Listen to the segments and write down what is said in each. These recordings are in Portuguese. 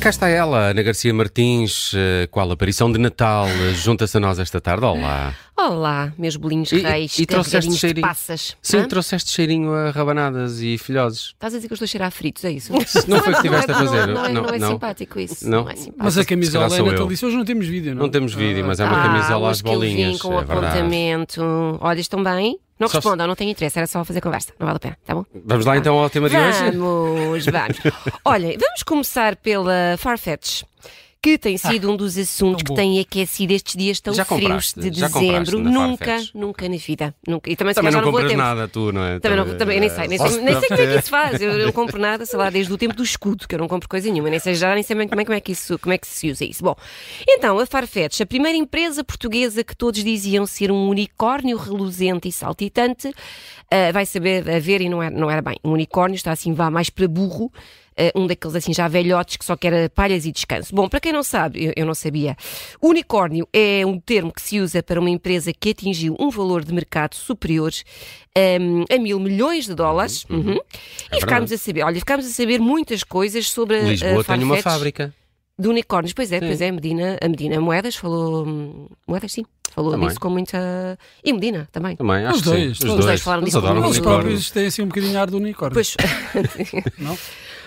cá está ela, Ana Garcia Martins, eh, qual a aparição de Natal, eh, junta-se a nós esta tarde. Olá. Olá, meus bolinhos E- reis, e trouxeste carregadinhos de cheirinho? passas. Sim, Hã? trouxeste cheirinho a rabanadas e filhoses. Estás a dizer que eu estou a cheirar a fritos, é isso? Não foi o que estiveste a Não é- fazer. Não, é- não é não. simpático isso. Não. Não, é simpático. Mas a se camisola é calhar sou eu. natalícia. Hoje não temos vídeo, não? Não temos vídeo, mas é uma Ah, camisola às hoje que eu vim bolinhas. com o é verdade. apontamento. Olha, estão bem? Não Só se- respondam, não tem interesse, era só fazer conversa, não vale a pena, tá bom? Vamos lá então ao tema de hoje? Vamos, vamos. Olha, vamos começar pela Farfetch, que tem sido um dos assuntos que bom. tem aquecido estes dias tão Ah, Já frios compraste, de já compraste dezembro. na Nunca, Farfetch. nunca na vida. Nunca. E Também também, se calhar já não não vou a compras tempo. nada tu, não é? Também, não, também nem sei, nem sei, nem sei como é que isso faz. Eu não compro nada, sei lá, desde o tempo do escudo, que eu não compro coisa nenhuma, nem sei já, nem sei bem como é, como é que isso, como é que se usa isso. Bom, então, a Farfetch, a primeira empresa portuguesa que todos diziam ser um unicórnio reluzente e saltitante, ah, vai saber a ver e não era, não era bem. Um unicórnio está assim, vá mais para burro. ah, um daqueles assim já velhotes que só quer palhas e descanso. Bom, para quem não sabe, eu, eu não sabia, unicórnio é um termo que se usa para uma empresa que atingiu um valor de mercado superior hum, a mil milhões de dólares. Uhum. É E ficámos a saber, olha, ficámos a saber muitas coisas sobre a- a Lisboa tem uma Farfetch fábrica. de unicórnios. Pois é, Sim. pois é, a Medina, a Medina Moedas falou. hum, Moedas, sim, falou Também. disso com muita. E Medina também. Também, acho Os que sim. dois, todos. Os dois falaram Eles disso adoram comigo. Eles unicórnios. próprios têm assim um bocadinho ar do unicórnio. Pois. Não?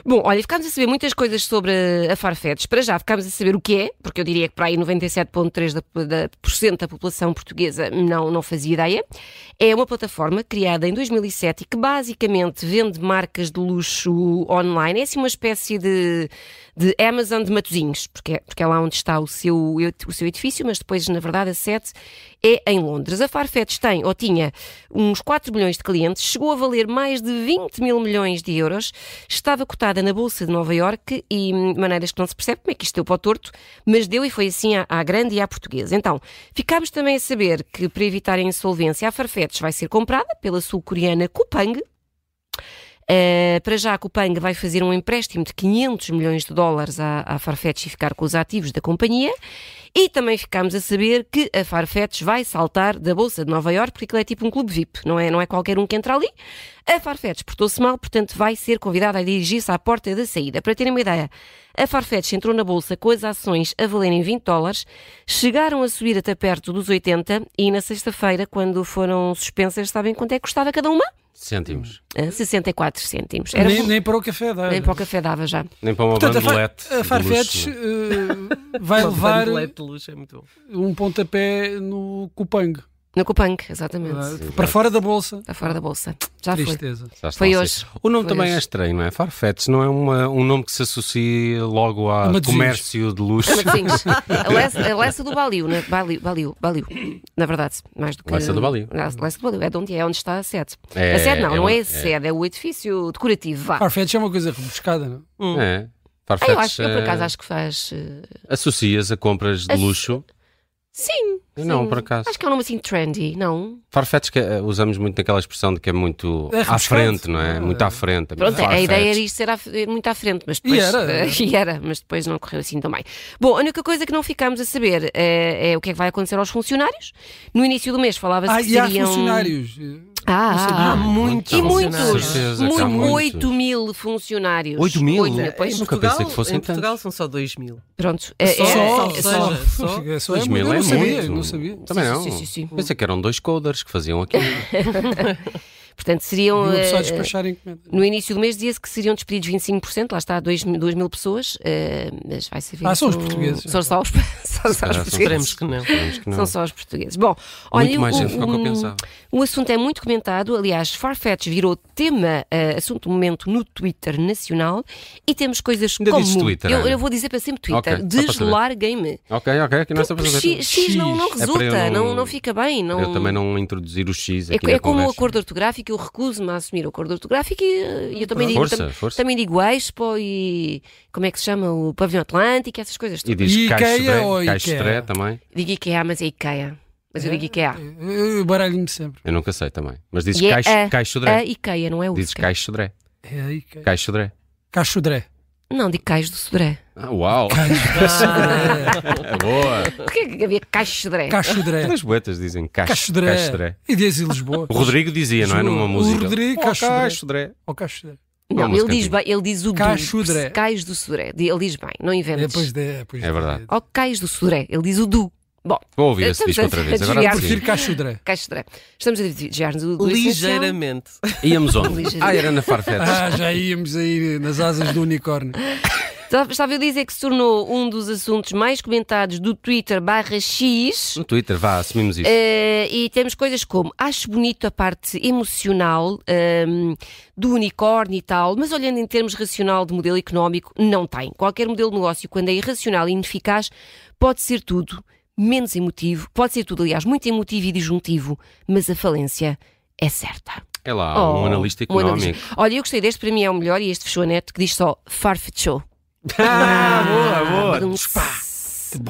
Bom, olha, ficámos a saber muitas coisas sobre a Farfetch. Para já, ficámos a saber o que é, porque eu diria que para aí 97,3% da, da, por cento da população portuguesa não, não fazia ideia. É uma plataforma criada em 2007 e que basicamente vende marcas de luxo online. É assim uma espécie de, de Amazon de Matozinhos, porque é, porque é lá onde está o seu, o seu edifício, mas depois, na verdade, a sede é em Londres. A Farfetch tem, ou tinha, uns 4 milhões de clientes, chegou a valer mais de 20 mil milhões de euros, estava cotada na Bolsa de Nova Iorque e hum, de maneiras que não se percebe como é que isto deu para o torto, mas deu e foi assim à, à grande e à portuguesa. Então, ficámos também a saber que, para evitar a insolvência, a Farfetch vai ser comprada pela sul-coreana Coupang, Uh, para já, a Cupang vai fazer um empréstimo de 500 milhões de dólares à, à Farfetch e ficar com os ativos da companhia. E também ficámos a saber que a Farfetch vai saltar da Bolsa de Nova Iorque, porque aquilo é tipo um clube VIP, não é, não é qualquer um que entra ali. A Farfetch portou-se mal, portanto vai ser convidada a dirigir-se à porta da saída. Para terem uma ideia, a Farfetch entrou na Bolsa com as ações a valerem 20 dólares, chegaram a subir até perto dos 80 e na sexta-feira, quando foram suspensas, sabem quanto é que custava cada uma? Cêntimos. Ah, 64 cêntimos. Era Nem, nem para o café dá. nem para o café dava já. Nem para uma Portanto, a, bandolete. Far- a de Farfetch luxo. eh, vai levar de luz, é muito bom. um pontapé no Cupang. No Cupang, exatamente. Para fora da bolsa. Está fora da bolsa. Já foi. Tristeza. Já está Foi a ser. hoje. O nome Foi também hoje. é estranho, não é? Farfetch não é uma- um nome que se associa logo a É A Matosinhos. comércio de luxo. Matosinhos. A Lessa- A Lessa do Baliu, né? Baliu, Baliu, Baliu. Na verdade, mais do que. Lessa do Baliu. A Lessa do Baliu, é de onde é, é onde está a sede. É, a sede não, é não um- é é. a sede, é o edifício decorativo. Vá. Farfetch é uma coisa rebuscada, não? É. Ah, Farfetch eu, acho, eu por eh, acaso acho que faz. eh, associas a compras de Asso- luxo. Sim, Eu Não, sim. por acaso. acho que é um nome assim trendy, não? Farfetch que eh, usamos muito naquela expressão de que é muito É à rebuscado. frente, não é? Ah. Muito à frente. é muito Pronto, a Farfetch. ideia era isto ser à- eh, muito à frente, mas depois. E era. e era, mas depois não correu assim tão bem. Bom, a única coisa que não ficámos a saber eh, é, o que é que vai acontecer aos funcionários. No início do mês falava-se Ah, que e há seriam. funcionários. Ah, Há ah, ah. muitos. E Com muitos, certeza, muito, cá há muitos. 8 mil funcionários. 8 mil? pois, Em Em Nunca Portugal, pensei que fossem em Portugal são só 2 mil. pronto. É, É, Só- é- Só, é- só- só. só. É só. 2 mil eu não é sabia, muito. eu não sabia. Também Sim, não. sim, sim, sim. Pensei que eram dois coders que faziam aquilo. Portanto, seriam. Viu a pessoa eh, despachar encomenda. no início do mês dizia-se que seriam despedidos 25%, lá está 2 mil, duas mil pessoas, eh, mas vai ser Ah, são os visto- portugueses. São só os, são só os calhar são portugueses. Esperemos que não. Esperemos que não. São só os portugueses. Bom, olha, Muito mais o- gente do que eu o- pensava. O assunto é muito comentado, aliás, Farfetch virou tema, eh, assunto do momento no Twitter nacional e temos coisas Ainda como. dizes Twitter, eu, Ana? eu vou dizer para sempre Twitter. Ok, só para saber. Deslarguem-me. Ok, ok, aqui não é estamos a X, X não, não X. É para resulta, eu não... não- Não, fica bem. Não... Eu também não introduzir o X É, aqui co- na é como o conversa. acordo ortográfico, eu recuso-me a assumir o acordo ortográfico e eh, eu também digo, Força, tam- força. também digo Expo e como é que se chama? O Pavilhão Atlântico, essas coisas. E todas. diz E Ikea ou Caixo Ikea? Stré também. Digo IKEA, mas é IKEA. Mas É? eu digo IKEA. Eu eu baralho-me sempre. Eu nunca sei também. Mas diz E é a- Caixo A Dré. IKEA, não é o Diz Usca. Caixo Dré. É aí que. Caixo Dré. Cachudré. Não, digo Cais do Sodré. Ah, uau! Ah. É boa! Porquê que havia Cais do É, Sodré? Cachudré. As boetas dizem Caixo Cachudré. Dré. E desde Lisboa. O Rodrigo dizia, não é? Juro. Numa música. O Rodrigo Oh, Caixo Dré. Caixo Dré. Ou Cachudré. Não, Não, mas ele, diz cantinho. bem, ele diz o Caixudré. du. Cais do Sudré. Ele diz bem, não É, inventes. pois de, pois É de- verdade. Ou Cais do Sudré. Ele diz o du. Bom, Vou ouvir esse Estamos disco a- outra vez. a Agora desviar. sim. Prefiro Caixudré. Cais do Sudré. Estamos a desviar-nos do, do essencial. Ligeiramente. Íamos onde? Ligeiro. Ah, era na Farfetch. Ah, já íamos aí nas asas do unicórnio. Estava estava a dizer que se tornou um dos assuntos mais comentados do Twitter barra X. No Twitter, vá, assumimos isso. Eh, e temos coisas como acho bonito a parte emocional ehm, do unicórnio e tal, mas olhando em termos racional de modelo económico, não tem. Qualquer modelo de negócio, quando é irracional e ineficaz, pode ser tudo menos emotivo, pode ser tudo, aliás, muito emotivo e disjuntivo, mas a falência é certa. É lá, um Oh, analista um económico. analista. Olha, eu gostei deste, para mim é o melhor, e este fechou a net que diz só farfetchou. Ah, boa, boa.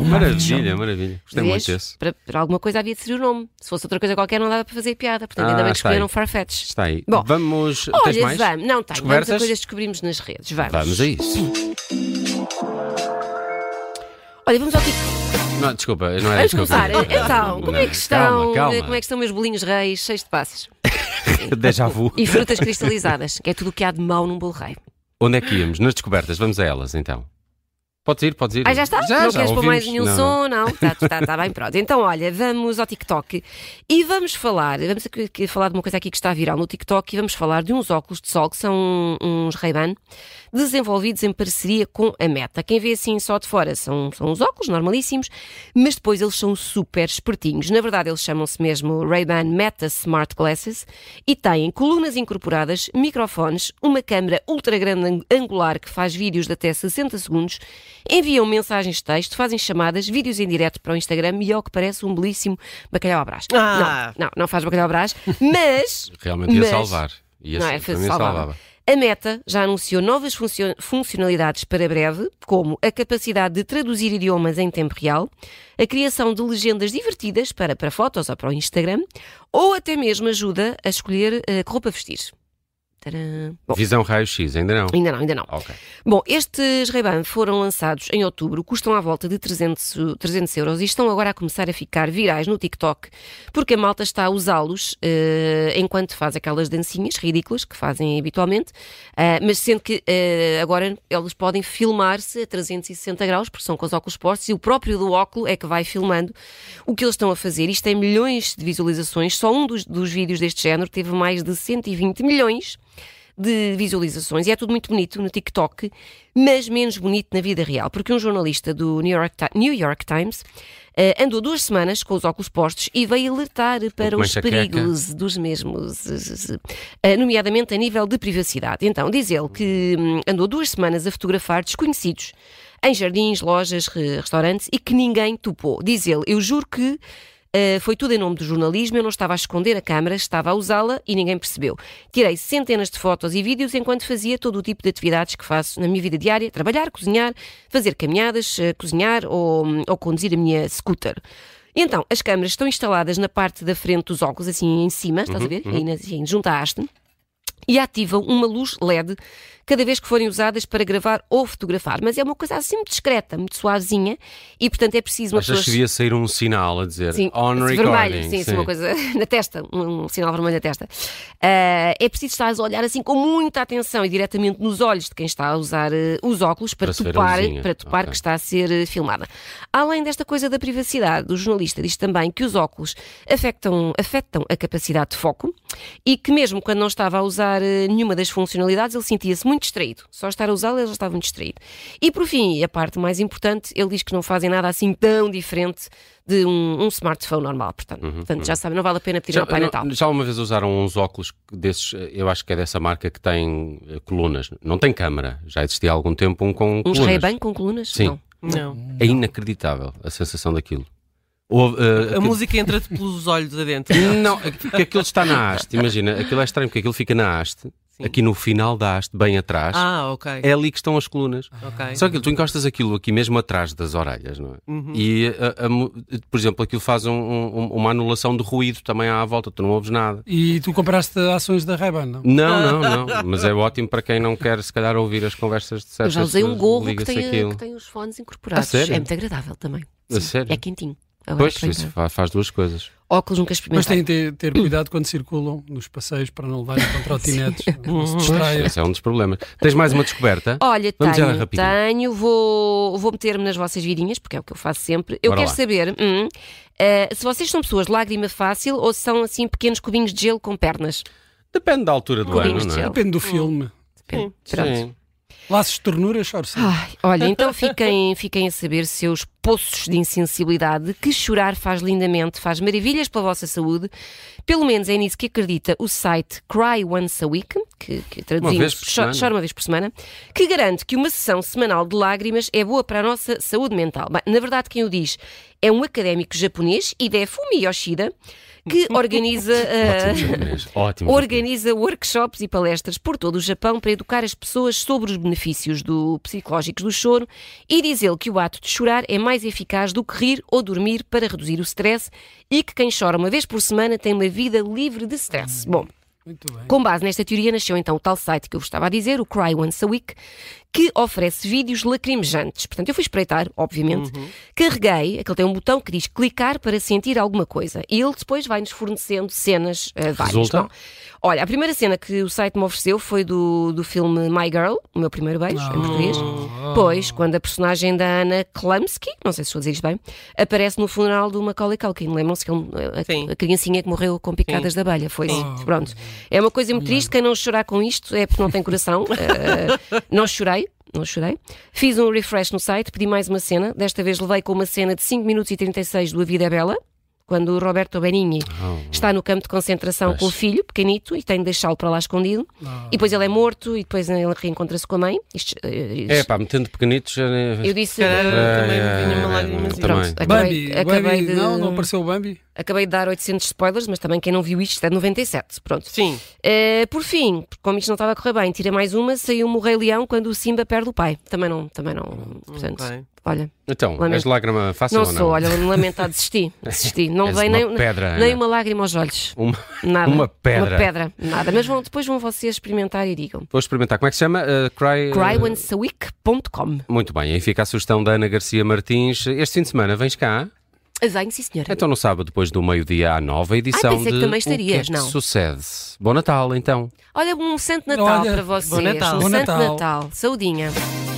Maravilha, maravilha. Gostei Vês? muito desse. Para, para alguma coisa havia de ser o nome. Se fosse outra coisa qualquer, não dava para fazer piada. Portanto, Ah, ainda bem que está escolheram aí. Farfetch. Está aí. Bom. Vamos. Olha, Tens mais? vamos. Não tem. Vamos a Descobertas? coisas que descobrimos nas redes. Vamos. Vamos a isso. Olha, vamos ao que. Não, desculpa, não era Vamos isso que eu começar. queria. Então, como é que estão? Calma, calma. Como é que estão meus bolinhos reis, cheios de passas? Déjà vu. E frutas cristalizadas, que é tudo o que há de mau num bolo rei. Onde é que íamos? Nas descobertas, vamos a elas então. Podes ir, podes ir. Ah, já está? não queres pôr mais nenhum ouvimos. Não, não. som? Não, está tá, tá bem pronto. Então, olha, vamos ao TikTok e vamos falar, vamos aqui, aqui falar de uma coisa aqui que está viral no TikTok e vamos falar de uns óculos de sol que são uns Ray-Ban desenvolvidos em parceria com a Meta. Quem vê assim só de fora são, são uns óculos normalíssimos, mas depois eles são super espertinhos. Na verdade, eles chamam-se mesmo Ray-Ban Meta Smart Glasses e têm colunas incorporadas, microfones, uma câmera ultra grande ang- angular que faz vídeos de até 60 segundos, enviam mensagens de texto, fazem chamadas, vídeos em direto para o Instagram e ao que parece um belíssimo bacalhau à brás. Ah. Não, não, não faz bacalhau à brás, mas... Realmente ia Mas- salvar. Ia Não, sa- é, para mim salvava. salvava. A Meta já anunciou novas funcio- funcionalidades para breve, como a capacidade de traduzir idiomas em tempo real, a criação de legendas divertidas para, para fotos ou para o Instagram, ou até mesmo ajuda a escolher eh, que roupa vestir. Tadã. Bom, Visão raio-x, ainda não. ainda não, ainda não. Ok. Bom, estes Ray-Ban foram lançados em outubro, custam à volta de 300, eu- 300 euros e estão agora a começar a ficar virais no TikTok, porque a malta está a usá-los eh, enquanto faz aquelas dancinhas ridículas que fazem habitualmente, ah, mas sendo que eh, agora eles podem filmar-se a 360 graus, porque são com os óculos postos, e o próprio do óculo é que vai filmando o que eles estão a fazer. Isto tem milhões de visualizações, só um dos, dos vídeos deste género teve mais de 120 milhões de visualizações e é tudo muito bonito no TikTok, mas menos bonito na vida real, porque um jornalista do New York, Ti- New York Times eh, andou duas semanas com os óculos postos e veio alertar para uma os enxaqueca. perigos dos mesmos, eh, eh, eh, nomeadamente a nível de privacidade. Então, diz ele que hum, andou duas semanas a fotografar desconhecidos em jardins, lojas, re- restaurantes e que ninguém topou. Diz ele, eu juro que Uh, foi tudo em nome do jornalismo, eu não estava a esconder a câmara, estava a usá-la e ninguém percebeu. Tirei centenas de fotos e vídeos enquanto fazia todo o tipo de atividades que faço na minha vida diária: trabalhar, cozinhar, fazer caminhadas, eh, cozinhar ou, hum, ou conduzir a minha scooter. E Então, as câmaras estão instaladas na parte da frente dos óculos, assim em cima, Uhum, estás a ver? Aí na- assim, junto à haste e ativam uma luz LED cada vez que forem usadas para gravar ou fotografar. Mas é uma coisa assim muito discreta, muito suavezinha e, portanto, é preciso uma Achas que pessoa. devia sair um sinal a dizer Sim, on recording? vermelho, sim, sim, uma coisa assim, na testa, um, um sinal vermelho na testa. Ah, é preciso estar a olhar assim com muita atenção e diretamente nos olhos de quem está a usar eh, os óculos para, Para se ver a topar, luzinha. para topar Ok. que está a ser eh, filmada. Além desta coisa da privacidade, o jornalista diz também que os óculos afectam, afetam a capacidade de foco e que mesmo quando não estava a usar eh, nenhuma das funcionalidades, ele sentia-se muito distraído. Só estar a usá-lo, ele já estava muito distraído. E por fim, e a parte mais importante, ele diz que não fazem nada assim tão diferente de um, um smartphone normal. Portanto, portanto já sabem, não vale a pena pedir Uhum, Já, ao Pai Natal. não- já uma vez usaram uns óculos desses, eh, eu acho que é dessa marca que tem eh, colunas. Não tem câmara. Já existia há algum tempo um com Uns colunas. Ray-Ban com colunas? Sim. Não. Não. É inacreditável a sensação daquilo. Houve, eh, A aquilo- música entra-te pelos olhos adentro. Não, é que aquilo está na haste, imagina, aquilo é estranho porque aquilo fica na haste, Sim. aqui no final da haste, bem atrás, Ah, ok. é ali que estão as colunas. Ok. Só que tu encostas aquilo aqui mesmo atrás das orelhas, não é? Uhum. E, a- a mu- por exemplo, aquilo faz um- um- uma anulação de ruído também à volta, tu não ouves nada. E tu compraste ações da Ray-Ban, não? Não, não, não. Mas é ótimo para quem não quer, se calhar, ouvir as conversas de Eu certas já usei um pessoas, gorro que liga-se tem, aquilo. que tem os fones incorporados. sério? É muito agradável também. A sério? É quentinho. Agora Pois, estou em isso casa. fa- faz duas coisas. Óculos nunca Mas experimentei. têm de ter, ter cuidado quando circulam nos passeios para não levarem com trotinetes, não se distraiam. Esse é um dos problemas. Tens mais uma descoberta? Olha, Vamos ela tenho, rapidinho. tenho, vou, vou meter-me nas vossas vidinhas, porque é o que eu faço sempre. Eu Bora quero lá. saber hum, eh, se vocês são pessoas de lágrima fácil ou se são assim pequenos cubinhos de gelo com pernas. Depende da altura do Cubinhos ano, de não é? gel. Depende do filme. Pronto. Sim. Laços de ternura, choro sempre. Ai, olha, então fiquem, fiquem a saber seus poços de insensibilidade, que chorar faz lindamente, faz maravilhas pela vossa saúde. Pelo menos é nisso que acredita o site Cry Once a Week, que, que traduzimos vez por cho- semana. Chora uma vez por semana, que garante que uma sessão semanal de lágrimas é boa para a nossa saúde mental. Bem, na verdade, quem o diz é um académico japonês, Hidefumi Yoshida, que organiza. ah, Ótimo japonês. Ótimo. Organiza workshops e palestras por todo o Japão para educar as pessoas sobre os benefícios do, psicológicos do choro e dizer que o ato de chorar é mais eficaz do que rir ou dormir para reduzir o stress e que quem chora uma vez por semana tem uma vida livre de stress. Bom, Muito bem. com base nesta teoria nasceu então o tal site que eu vos estava a dizer, o Cry Once a Week, que oferece vídeos lacrimejantes. Portanto, eu fui espreitar, obviamente, carreguei, aquele tem um botão que diz clicar para sentir alguma coisa. E ele depois vai-nos fornecendo cenas uh, várias. Resulta? Bom, olha, a primeira cena que o site me ofereceu foi do, do filme My Girl, o meu primeiro beijo, Ah. em português. Pois, quando a personagem da Anna Klumsky, não sei se estou a dizer isto bem, aparece no funeral do Macaulay Culkin. Lembram-se que ele, Sim. a, a criancinha que morreu com picadas de abelha, foi Sim. Pronto. É uma coisa muito triste, quem não chorar com isto é porque não tem coração. Eh, não chorei, não chorei. Fiz um refresh no site, pedi mais uma cena. Desta vez levei com uma cena de 5 minutos e 36 do A Vida é Bela, quando o Roberto Benigni está no campo de concentração com o filho, pequenito, e tem de deixá-lo para lá escondido. Ah. E depois ele é morto e depois ele reencontra-se com a mãe. Isto, eh, isto- É pá, metendo pequenitos. já nem- eu disse. Caralho, também é, me vinha uma é, lágrimazinha. também. Pronto, acabei, Bambi, acabei Bambi de, não, não apareceu o Bambi? acabei de dar 800 spoilers, mas também quem não viu isto é de 97. Pronto. Sim. Uh, por fim, como isto não estava a correr bem, tira mais uma, saiu-me o Rei Leão quando o Simba perde o pai. Também não, também não. Portanto, Ok. olha, Então, Lamento. és lágrima fácil não ou não? sou, olha, lamento, ah, desisti. Desisti. Não És veio uma nem, um- pedra, nem Ana. uma lágrima aos olhos. Uma- Nada. uma pedra. Uma pedra, nada. Mas vão, depois vão vocês experimentar e digam. Vou experimentar. Como é que se chama? Uh, cry... Cryonesaweek.com. Muito bem, aí fica a sugestão da Ana Garcia Martins. Este fim de semana vens cá? Azanho, sim, senhora. Então no sábado, depois do meio-dia, há nova edição Ai, Ah, pensei de que também O que é estarias, que não. Sucede. Bom Natal, então. Olha, um Santo Natal Olha, para vocês. bom Natal. Um Bom Santo Natal. Natal. Saudinha.